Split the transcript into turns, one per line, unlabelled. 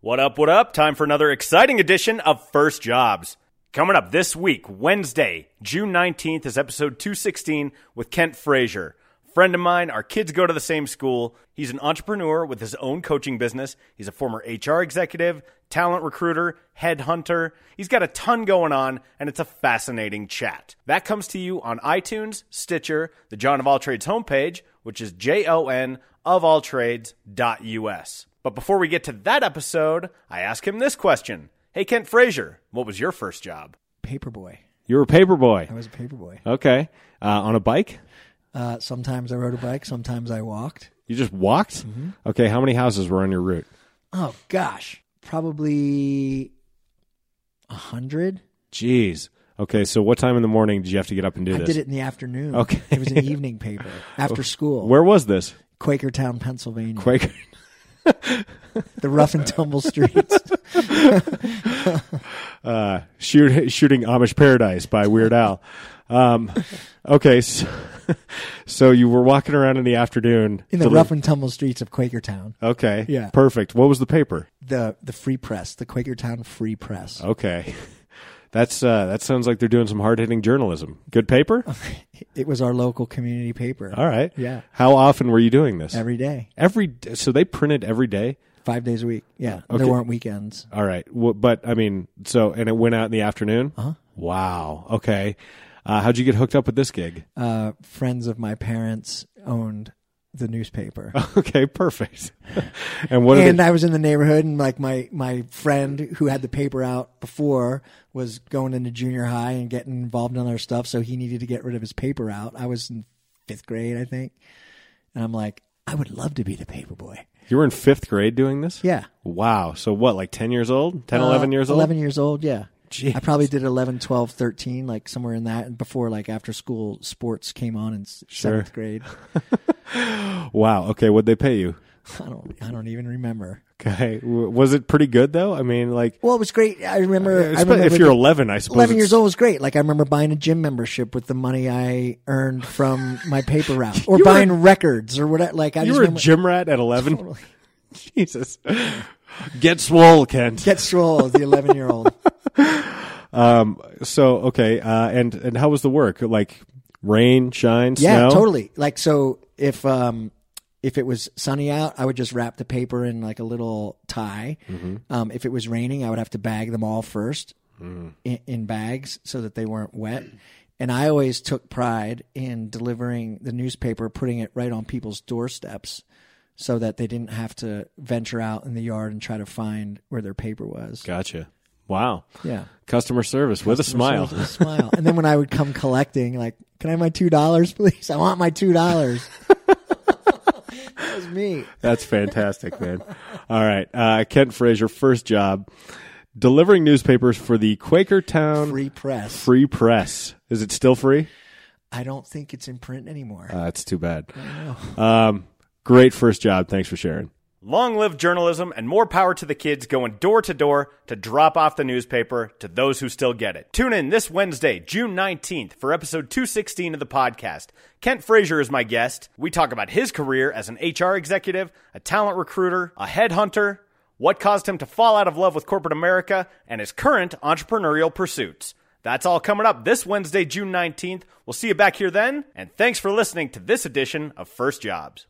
What up, what up? Time for another exciting edition of First Jobs. Coming up this week, Wednesday, June 19th, is episode 216 with Kent Frazier. Friend of mine, our kids go to the same school. He's an entrepreneur with his own coaching business. He's a former HR executive, talent recruiter, headhunter. He's got a ton going on, and it's a fascinating chat. That comes to you on iTunes, Stitcher, the John of All Trades homepage, which is J O N of All Trades.us. But before we get to that episode, I ask him this question Hey, Kent Frazier, what was your first job?
Paperboy.
You were a paper boy.
I was a paperboy.
Okay. Uh, on a bike?
Uh, sometimes I rode a bike. Sometimes I walked.
You just walked?
Mm-hmm.
Okay. How many houses were on your route?
Oh gosh, probably a hundred.
Jeez. Okay. So what time in the morning did you have to get up and do
I
this?
did it in the afternoon.
Okay.
it was an evening paper after school.
Where was this?
Quakertown, Pennsylvania.
Quaker.
the rough and tumble streets.
Uh, shoot, shooting Amish Paradise by Weird Al. Um, okay. So, so you were walking around in the afternoon.
in the
deli-
rough and tumble streets of Quakertown.
Okay.
Yeah.
Perfect. What was the paper?
The the Free Press, the Quakertown Free Press.
Oh. Okay. That's uh, that sounds like they're doing some hard hitting journalism. Good paper.
It was our local community paper.
All right.
Yeah.
How often were you doing this?
Every day,
Every d- so they printed every day.
five days a week. Yeah,
Okay.
there weren't weekends.
All right, well, but I mean, so and it went out in the afternoon. Uh-huh. Wow. Okay. Uh, how'd you get hooked up with this gig?
Uh, friends of my parents owned the newspaper.
Okay, perfect. and what?
and
did it,
I was in the neighborhood, and like my my friend who had the paper out before was going into junior high and getting involved in other stuff, so he needed to get rid of his paper out. I was in fifth grade, I think, and I'm like, I would love to be the paper boy.
you were in fifth grade doing this?
Yeah, Uh,
Wow. So what? Like ten years old? 10, 11 years old?
eleven years old. Yeah,
Jeez.
I probably did 11, 12, 13, like somewhere in that, and before like after school sports came on in s- seventh grade.
Wow. Okay. What'd they pay you?
I don't, I don't even remember.
Okay. W- was it pretty good though? I mean, like,
Well, it was great. I remember. I
sp-
remember
Uh, if you're
the-
eleven, I suppose.
11
it's-
years old was great. Like, I remember buying a gym membership with the money I earned from my paper route or
You were-
buying records or whatever. Like, I
You
just
were a
remember,
gym rat at eleven. Jesus. Get swole, Kent.
get strolled, the 11 year old.
So okay, uh, and and how was the work? Like rain, shine,
Yeah,
snow.
totally. Like, so if, um, if it was sunny out, I would just wrap the paper in like a little tie. Um, if it was raining, I would have to bag them all first in, in bags so that they weren't wet. And I always took pride in delivering the newspaper, putting it right on people's doorsteps so that they didn't have to venture out in the yard and try to find where their paper was.
Gotcha. Wow.
Yeah.
Customer service with a smile.
So it was a smile. And then when I would come collecting, like, can I have my $2, please? I want my $2. that was me.
That's fantastic, man. All right, uh, Kent Frazier, first job delivering newspapers for the Quakertown Free,
Free press.
Press. Is it still free?
I don't think it's in print anymore.
Uh, that's too bad. Um, great first job. Thanks for sharing.
Long live journalism and more power to the kids going door to door to drop off the newspaper to those who still get it. Tune in this Wednesday, June 19th, for episode 216 of the podcast. Kent Frazier is my guest. We talk about his career as an HR executive, a talent recruiter, a headhunter, what caused him to fall out of love with corporate America, and his current entrepreneurial pursuits. That's all coming up this Wednesday, June 19th. We'll see you back here then, and thanks for listening to this edition of First Jobs.